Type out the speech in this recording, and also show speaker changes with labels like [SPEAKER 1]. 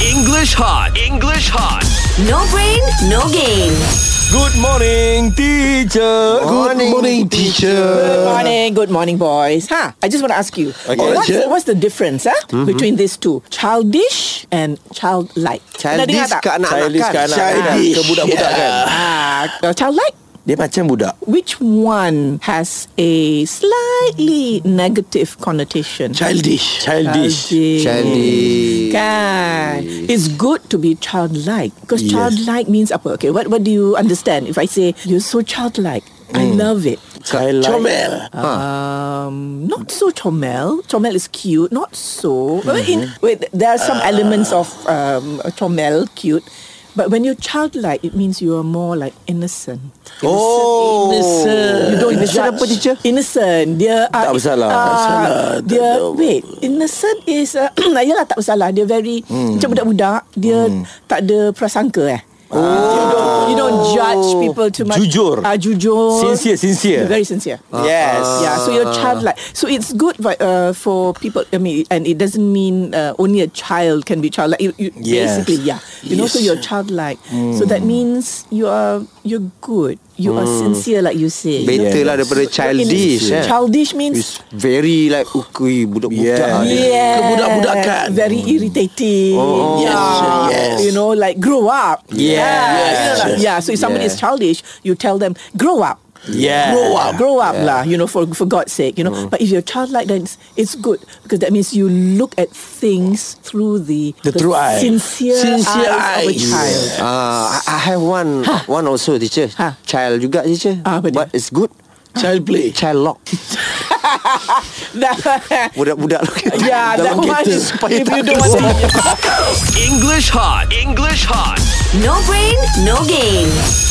[SPEAKER 1] English hot. English hot.
[SPEAKER 2] No brain, no game.
[SPEAKER 1] Good morning, teacher.
[SPEAKER 3] Good morning,
[SPEAKER 4] Good
[SPEAKER 3] teacher.
[SPEAKER 4] morning, good morning, boys. Huh? I just want to ask you, what's,
[SPEAKER 3] sure.
[SPEAKER 4] what's the difference huh,
[SPEAKER 5] Mm-hmm.
[SPEAKER 4] between these two, childish and childlike? Dah dengar
[SPEAKER 5] Childish
[SPEAKER 4] tak?
[SPEAKER 5] ke anak-anak
[SPEAKER 3] Childish
[SPEAKER 5] kan?
[SPEAKER 3] ke anak-anak kan?
[SPEAKER 5] Childish.
[SPEAKER 3] Ke budak-budak kan?
[SPEAKER 4] Ah, uh, childlike.
[SPEAKER 5] Dia macam budak
[SPEAKER 4] Which one has a slightly negative connotation?
[SPEAKER 5] Childish
[SPEAKER 3] Childish.
[SPEAKER 5] Childish
[SPEAKER 4] Kan? It's good to be childlike because childlike means apa? Okay, what what do you understand if I say you're so childlike? I
[SPEAKER 5] Mm.
[SPEAKER 4] love it.
[SPEAKER 3] Childlike.
[SPEAKER 5] Comel
[SPEAKER 4] Um, not so chomel. Chomel is cute. Not so. I mean, wait, there are some elements of um, chomel cute, but when you're childlike, it means you are more like innocent.
[SPEAKER 5] Oh
[SPEAKER 4] You don't judge.
[SPEAKER 5] Innocent apa, teacher?
[SPEAKER 4] Innocent. Dia uh,
[SPEAKER 3] Tak bersalah.
[SPEAKER 4] Uh,
[SPEAKER 3] Tak
[SPEAKER 4] bersalah. Dia wait, innocent is uh, yalah tak bersalah. Dia very
[SPEAKER 3] Hmm.
[SPEAKER 4] macam budak-budak, dia tak ada prasangka eh. Oh. You don't, you don't judge people too much.
[SPEAKER 3] Jujur.
[SPEAKER 4] Ah jujur.
[SPEAKER 3] Sincere, sincere. Ah.
[SPEAKER 4] You're very sincere.
[SPEAKER 5] Yes
[SPEAKER 4] Yeah, so your child like so it's good but, uh, for people. I mean, and it doesn't mean uh, only a child can be childlike. You, you
[SPEAKER 3] Yes.
[SPEAKER 4] basically, yeah, you know, so
[SPEAKER 5] Yes.
[SPEAKER 4] you're childlike. So that means you are you're good. You are sincere, like you say.
[SPEAKER 5] Better
[SPEAKER 3] Yes.
[SPEAKER 5] lah daripada childish eh.
[SPEAKER 4] Childish means.
[SPEAKER 5] It's very like Ukui budak-budak
[SPEAKER 3] Yeah.
[SPEAKER 5] ni.
[SPEAKER 4] Yeah,
[SPEAKER 5] Kebudak-budakan
[SPEAKER 4] Very irritating.
[SPEAKER 5] Oh,
[SPEAKER 4] yeah.
[SPEAKER 5] yes, yes.
[SPEAKER 4] You know, like grow up.
[SPEAKER 3] Yeah.
[SPEAKER 4] yeah.
[SPEAKER 3] Yes.
[SPEAKER 4] You know, like- yeah. So if somebody
[SPEAKER 5] Yeah.
[SPEAKER 4] is childish, you tell them grow up.
[SPEAKER 3] Yeah.
[SPEAKER 5] Grow up.
[SPEAKER 4] Grow up lah, you know, for for God's sake, you know. But if you're childlike, then it's, it's good because that means you look at things through the
[SPEAKER 3] The true eye.
[SPEAKER 4] sincere,
[SPEAKER 3] Sincere
[SPEAKER 4] eyes, of a
[SPEAKER 3] eyes.
[SPEAKER 4] child.
[SPEAKER 5] Ah, I I have one one also teacher.
[SPEAKER 4] Ha.
[SPEAKER 5] Child juga teacher.
[SPEAKER 4] Ah, apa dia?
[SPEAKER 5] But it's good. Child play. Child lock.
[SPEAKER 4] That-
[SPEAKER 5] Budak-budak lock.
[SPEAKER 4] yeah, that
[SPEAKER 5] Dalam
[SPEAKER 4] one
[SPEAKER 5] kereta
[SPEAKER 4] is
[SPEAKER 5] supaya
[SPEAKER 4] if
[SPEAKER 5] tak
[SPEAKER 4] you don't want to.
[SPEAKER 1] English hot. English hot.
[SPEAKER 2] No brain, no game.